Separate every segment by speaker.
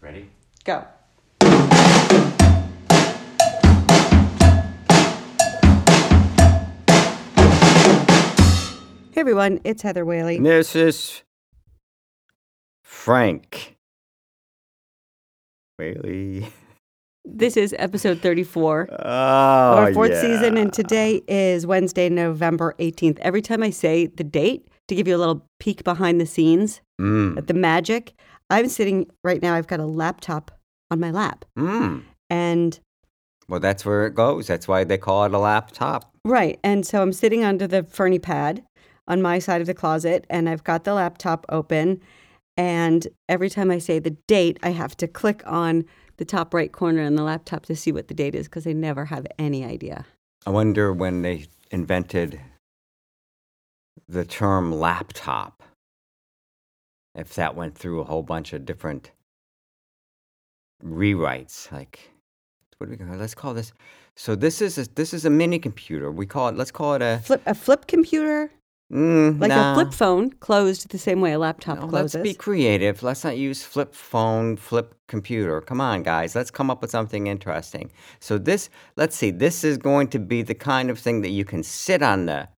Speaker 1: Ready?
Speaker 2: Go. Hey everyone, it's Heather Whaley.
Speaker 1: This is Frank Whaley.
Speaker 2: This is episode 34
Speaker 1: Oh,
Speaker 2: of our fourth
Speaker 1: yeah.
Speaker 2: season, and today is Wednesday, November 18th. Every time I say the date to give you a little peek behind the scenes
Speaker 1: Mm.
Speaker 2: at the magic, I'm sitting right now, I've got a laptop on my lap.
Speaker 1: Mm.
Speaker 2: And
Speaker 1: Well, that's where it goes. That's why they call it a laptop.
Speaker 2: Right. And so I'm sitting under the Fernie pad on my side of the closet and I've got the laptop open. And every time I say the date, I have to click on the top right corner on the laptop to see what the date is because I never have any idea.
Speaker 1: I wonder when they invented the term laptop, if that went through a whole bunch of different rewrites. Like, what do we call? Let's call this. So this is a, this is a mini computer. We call it. Let's call it a
Speaker 2: Flip a flip computer,
Speaker 1: mm,
Speaker 2: like
Speaker 1: nah.
Speaker 2: a flip phone, closed the same way a laptop
Speaker 1: No,
Speaker 2: closes.
Speaker 1: let's be creative. Let's not use flip phone, flip computer. Come on, guys. Let's come up with something interesting. So this, let's see. This is going to be the kind of thing that you can sit on the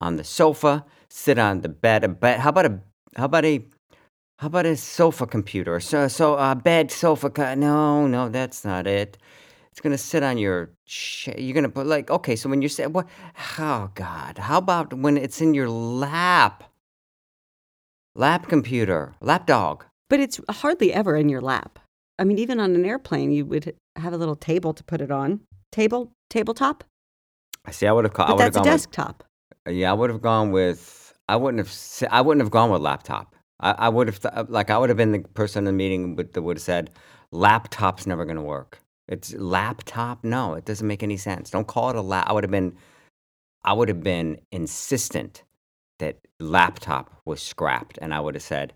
Speaker 1: on the sofa, sit on the bed. A bed. How about a how about a how about a sofa computer? So so a bed sofa. Co- no, no, that's not it. It's gonna sit on your. Cha- you're gonna put like okay. So when you say what? Oh God. How about when it's in your lap? Lap computer, lap dog.
Speaker 2: but it's hardly ever in your lap. I mean, even on an airplane, you would have a little table to put it on. Table, tabletop,
Speaker 1: I see. I would have. Ca- I
Speaker 2: but
Speaker 1: would have
Speaker 2: that's a
Speaker 1: gone.
Speaker 2: desktop.
Speaker 1: With, yeah, I would have gone with. I wouldn't have. s- I wouldn't have gone with laptop. I, I would have th- uh, like. I would have been the person in the meeting with- that would have said, "Laptop's never going to work. It's laptop. No, it doesn't make any sense. Don't call it a lap." I would have been. I would have been insistent that laptop was scrapped, and I would have said,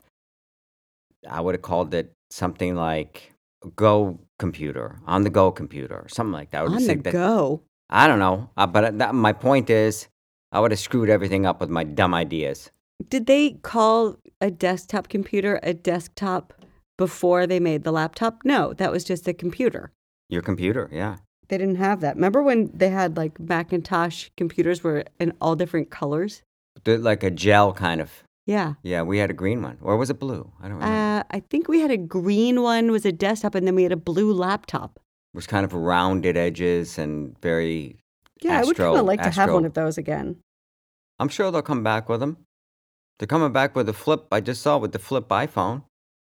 Speaker 1: I would have called it something like "Go computer," on the go computer, something like that. I would have
Speaker 2: on the
Speaker 1: said that-
Speaker 2: go.
Speaker 1: I don't know, uh, but that, my point is, I would have screwed everything up with my dumb ideas.
Speaker 2: Did they call a desktop computer a desktop before they made the laptop? No, that was just a computer.
Speaker 1: Your computer, yeah.
Speaker 2: They didn't have that. Remember when they had like Macintosh computers were in all different colors?
Speaker 1: The- like a gel kind of.
Speaker 2: Yeah.
Speaker 1: Yeah, we had a green one. Or was it blue? I don't remember.
Speaker 2: Uh, I think we had a green one was a desktop, and then we had a blue laptop.
Speaker 1: it was kind of rounded edges and very.
Speaker 2: Yeah, I would
Speaker 1: Astro-
Speaker 2: kind of like to have
Speaker 1: Astro.
Speaker 2: one of those again.
Speaker 1: I'm sure they'll come back with them. They're coming back with the flip. I just saw with the flip iPhone.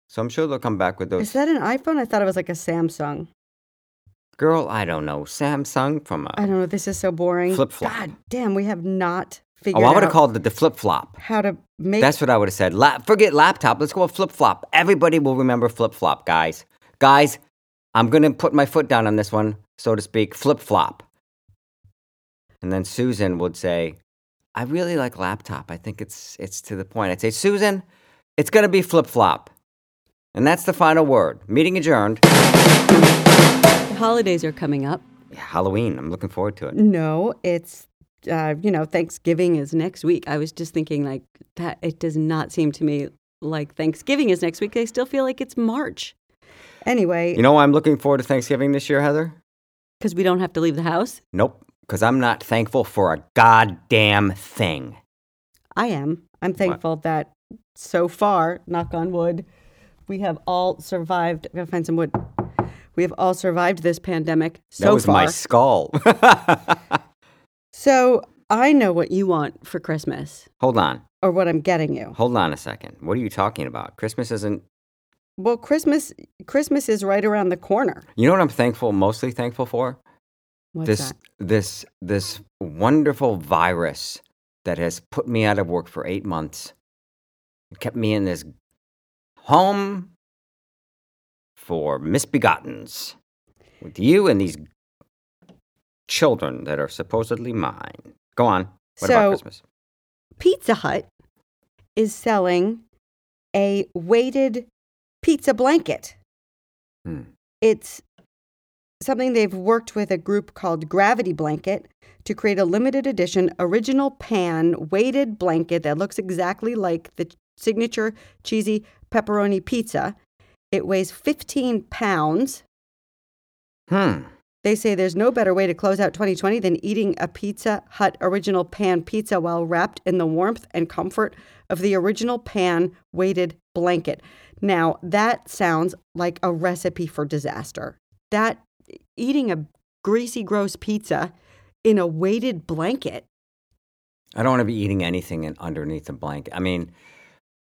Speaker 1: So I'm sure they'll come back with those.
Speaker 2: Is that an iPhone? I thought it was like a Samsung.
Speaker 1: Girl, I don't know. Samsung from
Speaker 2: I
Speaker 1: a. oh,
Speaker 2: don't know. This is so boring.
Speaker 1: Flip-flop.
Speaker 2: God damn, we have not figured
Speaker 1: Oh, I would
Speaker 2: out
Speaker 1: have called it the flip flop.
Speaker 2: how to make
Speaker 1: That's what I would have said. La- forget laptop. Let's go with flip flop. Everybody will remember flip flop, guys. Guys, I'm going to put my foot down on this one, so to speak. Flip flop. And then Susan would say, I really like laptop. I think it's, it's to the point. I'd say, Susan, it's going to be flip flop. And that's the final word. Meeting adjourned.
Speaker 2: the holidays are coming up.
Speaker 1: Halloween. I'm looking forward to it.
Speaker 2: No, it's uh, you know Thanksgiving is next week. I was just thinking like that. It does not seem to me like Thanksgiving is next week. I still feel like it's March. Anyway,
Speaker 1: You know why I'm looking forward to Thanksgiving this year, Heather?
Speaker 2: because we don't have to leave the house.
Speaker 1: Nope. Because I'm not thankful for a goddamn thing.
Speaker 2: I am. I'm thankful that so far, knock on wood, we have all survived. I'm gonna find some wood. We have all survived this pandemic so
Speaker 1: that was
Speaker 2: far.
Speaker 1: my skull.
Speaker 2: so I know what you want for Christmas
Speaker 1: Hold on.
Speaker 2: or what I'm getting you.
Speaker 1: Hold on a second. What are you talking about? Christmas isn't.
Speaker 2: Well, Christmas Christmas is right around the corner.
Speaker 1: You know what I'm thankful, mostly thankful for?
Speaker 2: What's
Speaker 1: this
Speaker 2: that?
Speaker 1: this this wonderful virus that has put me out of work for 8 months. It kept me in this home for misbegottens with you and these children that are supposedly mine. Go on. What
Speaker 2: So-
Speaker 1: about Christmas?
Speaker 2: Pizza Hut is selling a weighted pizza blanket.
Speaker 1: Hmm.
Speaker 2: It's something they've worked with a group called Gravity Blanket to create a limited edition original pan weighted blanket that looks exactly like the signature cheesy pepperoni pizza. It weighs 15 pounds.
Speaker 1: Hmm.
Speaker 2: They say there's no better way to close out 2020 than eating a Pizza Hut original pan pizza while wrapped in the warmth and comfort of the original pan weighted blanket. Now, that sounds like a recipe for disaster. That e-, eating a greasy, gross pizza in a weighted blanket.
Speaker 1: I don't want to be eating anything in, underneath a blanket. I mean,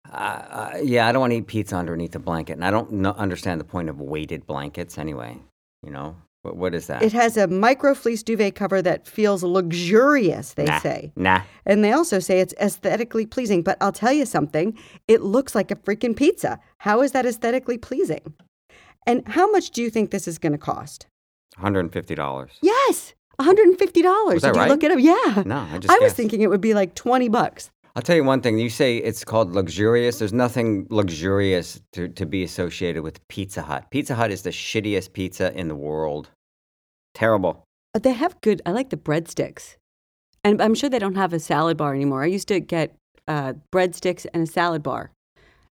Speaker 1: uh, uh, yeah, I don't want to eat pizza underneath a blanket, and I don't kno- understand the point of weighted blankets anyway. You know what? What is that?
Speaker 2: It has a micro fleece duvet cover that feels luxurious, they
Speaker 1: nah,
Speaker 2: say.
Speaker 1: nah.
Speaker 2: And they also say it's aesthetically pleasing. But I'll tell you something, it looks like a freaking pizza. How is that aesthetically pleasing? And how much do you think this is going to cost?
Speaker 1: Hundred and fifty dollars.
Speaker 2: Yes, $150.
Speaker 1: Was that
Speaker 2: Did you
Speaker 1: right?
Speaker 2: look it up? Yeah.
Speaker 1: No, I just.
Speaker 2: I was
Speaker 1: guessed.
Speaker 2: thinking it would be like 20 bucks.
Speaker 1: I'll tell you one thing. You say it's called luxurious. There's nothing luxurious to, to be associated with Pizza Hut. Pizza Hut is the shittiest pizza in the world. Terrible.
Speaker 2: But they have good, I like the breadsticks. And I'm sure they don't have a salad bar anymore. I used to get uh, breadsticks and a salad bar.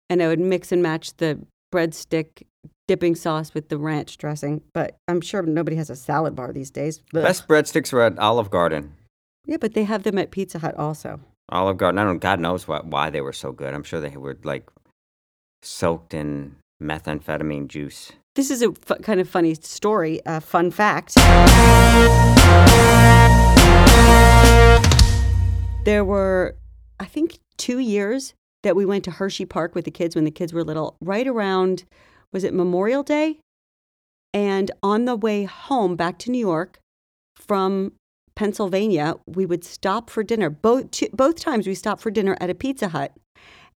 Speaker 2: And I would mix and match the breadstick dipping sauce with the ranch dressing. But I'm sure nobody has a salad bar these days. Ugh.
Speaker 1: Best breadsticks are at Olive Garden.
Speaker 2: Yeah, but they have them at Pizza Hut also.
Speaker 1: Olive Garden. I don't. God knows why, why they were so good. I'm sure they were like soaked in methamphetamine juice.
Speaker 2: This is a f- kind of funny story, uh, fun fact. There were, I think, two years that we went to Hershey Park with the kids when the kids were little, right around, was it Memorial Day? And on the way home back to New York from Pennsylvania, we would stop for dinner. Both, two, both times we stopped for dinner at a Pizza Hut.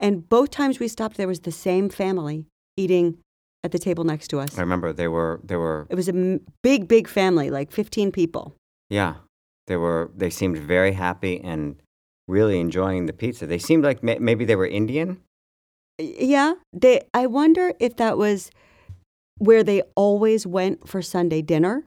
Speaker 2: And both times we stopped, there was the same family eating at the table next to us.
Speaker 1: I remember they were. They were.
Speaker 2: It was a m- big, big family, like 15 people.
Speaker 1: Yeah, they were. They seemed very happy and really enjoying the pizza. They seemed like ma- maybe they were Indian.
Speaker 2: Y- Yeah, they. I wonder if that was where they always went for Sunday dinner,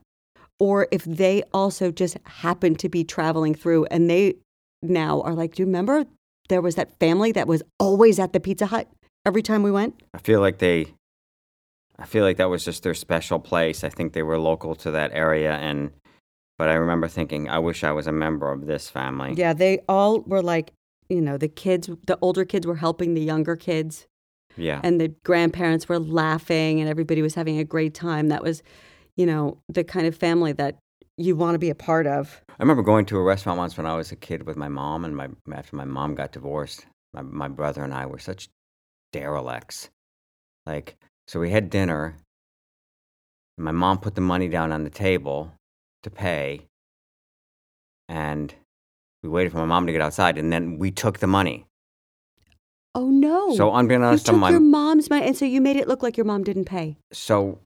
Speaker 2: or if they also just happened to be traveling through, and they now are like, do you remember there was that family that was always at the Pizza Hut every time we went?
Speaker 1: I feel like they I feel like that was just their special place. I think they were local to that area and but I remember thinking I wish I was a member of this family.
Speaker 2: Yeah, they all were like, you know, the kids, the older kids were helping the younger kids.
Speaker 1: Yeah.
Speaker 2: and the grandparents were laughing and everybody was having a great time. That was, you know, the kind of family that you want to be a part of.
Speaker 1: I remember going to a restaurant once when I was a kid with my mom and my after my mom got divorced, my my brother and I were such derelicts. Like so we had dinner and my mom put the money down on the table to pay and we waited for my mom to get outside and then we took the money.
Speaker 2: Oh no!
Speaker 1: So
Speaker 2: you
Speaker 1: unbeknownst
Speaker 2: took
Speaker 1: to my
Speaker 2: your mom's money, and so you made it look like your mom didn't pay.
Speaker 1: so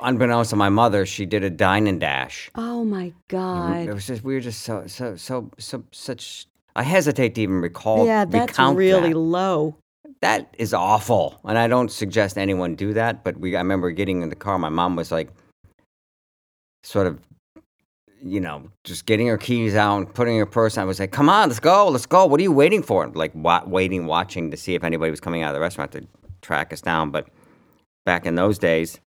Speaker 1: unbeknownst to my mother, she did a dine and dash.
Speaker 2: Oh my
Speaker 1: And It
Speaker 2: god!
Speaker 1: was just we were just so so so so such. I hesitate to even recall.
Speaker 2: yeah, that's
Speaker 1: recount
Speaker 2: really
Speaker 1: that.
Speaker 2: low.
Speaker 1: that is awful, and I don't suggest anyone do that. But we, I remember getting in the car. My mom was like, sort of, you know, just getting her keys out and putting her purse. I was like, "Come on, let's go, let's go." What are you waiting for? Like wa- waiting, watching to see if anybody was coming out of the restaurant to track us down. But back in those days,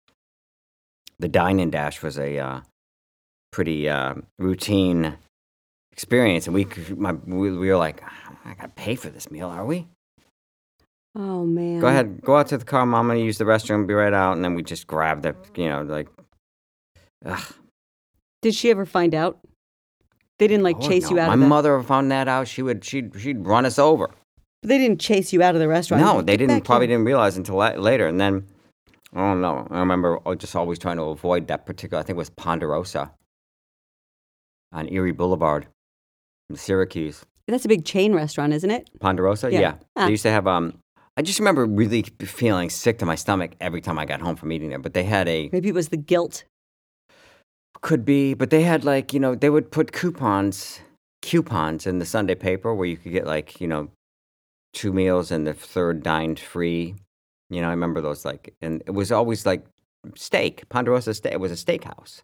Speaker 1: the dine and dash was a uh, pretty uh, routine experience, and we c- my, we, we were like, I gotta pay for this meal, are we?
Speaker 2: Oh man!
Speaker 1: Go ahead, go out to the car, mom. I'm gonna use the restroom, be right out, and then we just grabbed the, you know, like, ugh.
Speaker 2: Did she ever find out? They didn't like
Speaker 1: Lord,
Speaker 2: chase you
Speaker 1: Oh,
Speaker 2: out.
Speaker 1: no. My
Speaker 2: of the,
Speaker 1: mother found that out. She would, she'd, she'd run us over.
Speaker 2: They didn't chase you out of the restaurant.
Speaker 1: No, they
Speaker 2: Get
Speaker 1: didn't.
Speaker 2: back
Speaker 1: Probably
Speaker 2: here.
Speaker 1: didn't realize until la- later. And then, I don't know. I remember oh, just always trying to avoid that particular. I think it was Ponderosa on Erie Boulevard, in Syracuse.
Speaker 2: That's a big chain restaurant, isn't it?
Speaker 1: Ponderosa,
Speaker 2: Yeah.
Speaker 1: yeah.
Speaker 2: Ah.
Speaker 1: They used to have. Um, I just remember really feeling sick to my stomach every time I got home from eating there. But they had a
Speaker 2: Maybe it was the guilt.
Speaker 1: could be, but they had like you know they would put coupons, coupons in the Sunday paper where you could get like you know two meals and the third dined free. You know, I remember those like, and it was always like steak. Ponderosa steak. It was a steakhouse,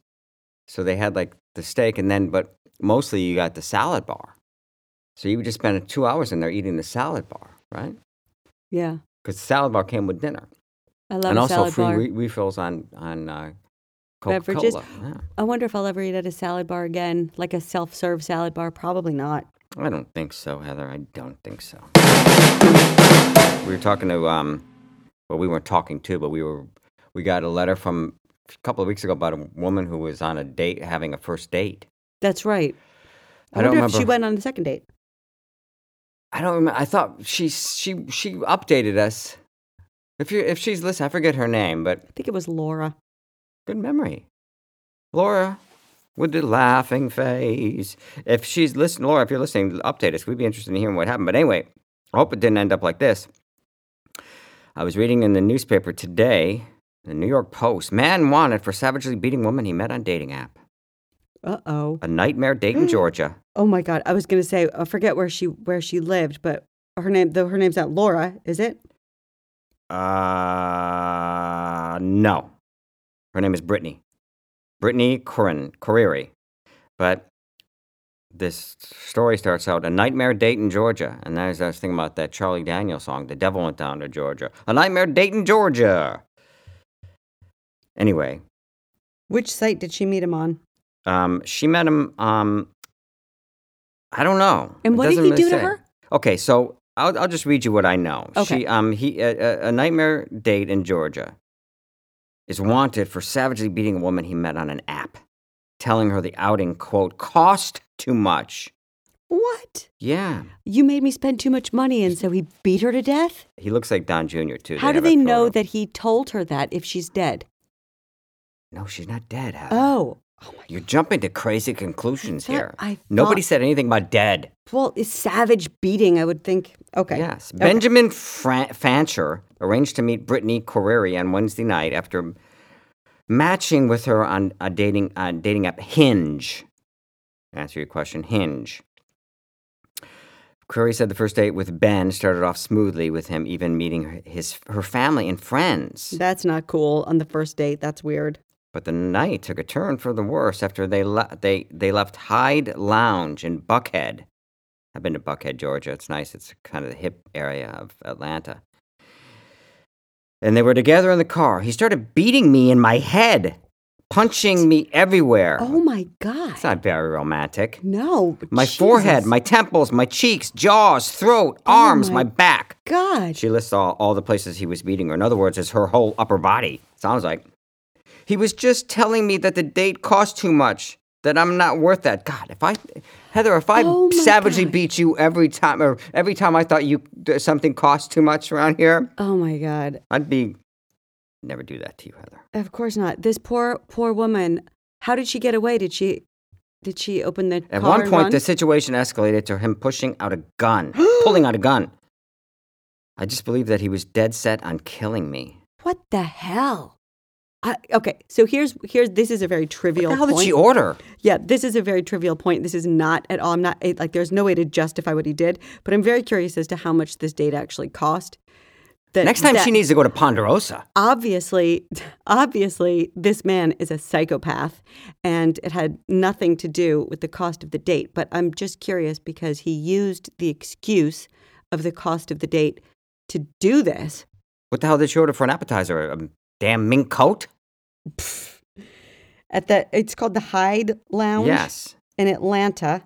Speaker 1: so they had like the steak, and then but mostly you got the salad bar. So you would just spend two hours in there eating the salad bar, right?
Speaker 2: Yeah.
Speaker 1: because salad bar came with dinner.
Speaker 2: I love
Speaker 1: and
Speaker 2: a
Speaker 1: also
Speaker 2: salad
Speaker 1: free
Speaker 2: bar.
Speaker 1: re- refills on on uh, Coca
Speaker 2: Beverages.
Speaker 1: Cola. Yeah.
Speaker 2: I wonder if I'll ever eat at a salad bar again, like a self-serve salad bar. Probably not.
Speaker 1: I don't think so, Heather. I don't think so. We were talking to um, well, we weren't talking to, but we were we got a letter from a couple of weeks ago about a woman who was on a date, having a first date.
Speaker 2: That's right. I,
Speaker 1: I
Speaker 2: wonder
Speaker 1: don't
Speaker 2: if she
Speaker 1: remember.
Speaker 2: went on the second date.
Speaker 1: I don't remember. I thought she she she updated us. If you if she's listening, I forget her name, but
Speaker 2: I think it was Laura.
Speaker 1: good memory. Laura with the laughing face. If she's listening, Laura, if you're listening, update us. We'd be interested in hearing what happened. But anyway, I hope it didn't end up like this. I was reading in the newspaper today, the New York Post, man wanted for savagely beating woman he met on dating app.
Speaker 2: Uh oh.
Speaker 1: A nightmare Dayton, Georgia.
Speaker 2: Oh my God. I was gonna say I forget where she where she lived, but her name though her name's not Laura, is it?
Speaker 1: Uh, no. Her name is Brittany. Brittany Corin, Correri. But this story starts out a nightmare Dayton, Georgia. And as I was thinking about that Charlie Daniels song, The Devil Went Down to Georgia. A nightmare Dayton, Georgia. Anyway,
Speaker 2: Which site did she meet him on?
Speaker 1: um, she met him. Um, I don't know.
Speaker 2: And
Speaker 1: It
Speaker 2: what did
Speaker 1: doesn't
Speaker 2: he
Speaker 1: really
Speaker 2: do to
Speaker 1: say.
Speaker 2: her?
Speaker 1: Okay, so I'll, I'll just read you what I know.
Speaker 2: Okay.
Speaker 1: She, um, he, a, a- a nightmare date in Georgia is wanted for savagely beating a woman he met on an app, telling her the outing quote cost too much.
Speaker 2: What?
Speaker 1: Yeah,
Speaker 2: You made me spend too much money, and so he beat her to death.
Speaker 1: he looks like Don Jr. too.
Speaker 2: How do
Speaker 1: have a
Speaker 2: they know
Speaker 1: photo.
Speaker 2: that he told her that if she's dead?
Speaker 1: No, she's not dead. Heather.
Speaker 2: Oh, oh my
Speaker 1: You're jumping to crazy conclusions
Speaker 2: thought-
Speaker 1: here.
Speaker 2: I
Speaker 1: Nobody
Speaker 2: thought-
Speaker 1: said anything about dead.
Speaker 2: Well, it's savage beating, I would think. Okay.
Speaker 1: Yes.
Speaker 2: Okay.
Speaker 1: Benjamin Fra- Fancher arranged to meet Brittany Correri on Wednesday night after matching with her on a dating on dating app Hinge. Answer your question, Hinge. Correri said the first date with Ben started off smoothly with him even meeting her- his her family and friends.
Speaker 2: That's not cool on the first date. That's weird.
Speaker 1: But the night took a turn for the worse after they le- they they left Hyde Lounge in Buckhead. I've been to Buckhead, Georgia. It's nice. It's kind of the hip area of Atlanta. And they were together in the car. He started beating me in my head, punching me everywhere.
Speaker 2: Oh my God.
Speaker 1: It's not very romantic.
Speaker 2: no.
Speaker 1: My
Speaker 2: Jesus.
Speaker 1: forehead, my temples, my cheeks, jaws, throat, arms,
Speaker 2: Oh my-
Speaker 1: my back.
Speaker 2: God.
Speaker 1: She lists all, all the places he was beating her. In other words, it's her whole upper body. Sounds like. He was just telling me that the date cost too much, that I'm not worth that. God, if I, Heather, if I
Speaker 2: Oh, my
Speaker 1: savagely
Speaker 2: God.
Speaker 1: beat you every time, or every time I thought you that something cost too much around here,
Speaker 2: Oh my God.
Speaker 1: I'd be never do that to you, Heather.
Speaker 2: Of course not. This poor, poor woman. How did she get away? Did she, did she open the
Speaker 1: At
Speaker 2: car
Speaker 1: one
Speaker 2: and
Speaker 1: point,
Speaker 2: run?
Speaker 1: the situation escalated to him pushing out a gun, pulling out a gun. I just believe that he was dead set on killing me.
Speaker 2: What the hell? I, okay, so here's here's this is a very trivial
Speaker 1: What the hell
Speaker 2: point.
Speaker 1: did she order?
Speaker 2: Yeah, this is a very trivial point. This is not at all. I'm not it, like there's no way to justify what he did, but I'm very curious as to how much this date actually cost. That,
Speaker 1: Next time
Speaker 2: that
Speaker 1: she needs to go to Ponderosa.
Speaker 2: obviously, obviously, this man is a psychopath, and it had nothing to do with the cost of the date. But I'm just curious because he used the excuse of the cost of the date to do this.
Speaker 1: What the hell did she order for an appetizer? A damn mink coat?
Speaker 2: At the it's called the Hyde Lounge.
Speaker 1: Yes.
Speaker 2: in Atlanta.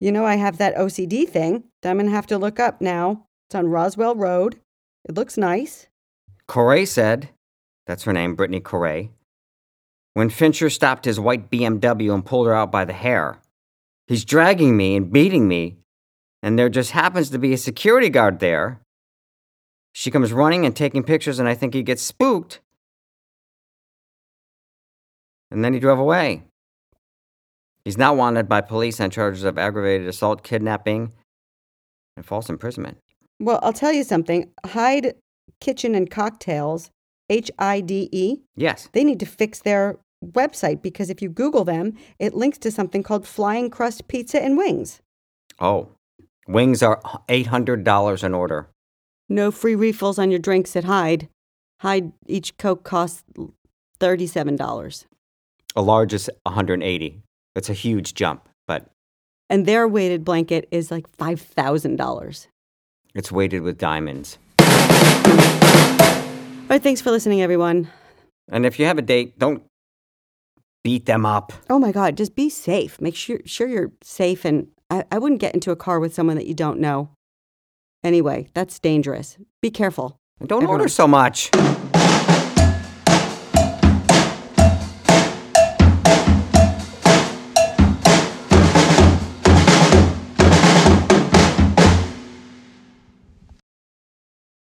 Speaker 2: You know, I have that OCD thing that I'm going to have to look up now. It's on Roswell Road. It looks nice.
Speaker 1: Corey said, that's her name, Brittany Corey, when Fincher stopped his white BMW and pulled her out by the hair. He's dragging me and beating me, and there just happens to be a security guard there. She comes running and taking pictures, and I think he gets spooked. And then he drove away. He's now wanted by police on charges of aggravated assault, kidnapping, and false imprisonment.
Speaker 2: Well, I'll tell you something Hyde Kitchen and Cocktails, H I D E,
Speaker 1: Yes.
Speaker 2: they need to fix their website because if you Google them, it links to something called Flying Crust Pizza and Wings.
Speaker 1: Oh, wings are $800 an order.
Speaker 2: No free refills on your drinks at Hyde. Hyde, each Coke costs $37.
Speaker 1: A large is 180. That's a huge jump, but
Speaker 2: And their weighted blanket is like $5,000.
Speaker 1: it's weighted with diamonds.
Speaker 2: All right, right, thanks for listening, everyone.
Speaker 1: And if you have a date, don't beat them up.
Speaker 2: Oh my God, just be safe. Make sure sure you're safe, and I, I wouldn't get into a car with someone that you don't know. Anyway, that's dangerous. Be careful.
Speaker 1: And don't
Speaker 2: Everyone.
Speaker 1: order so much.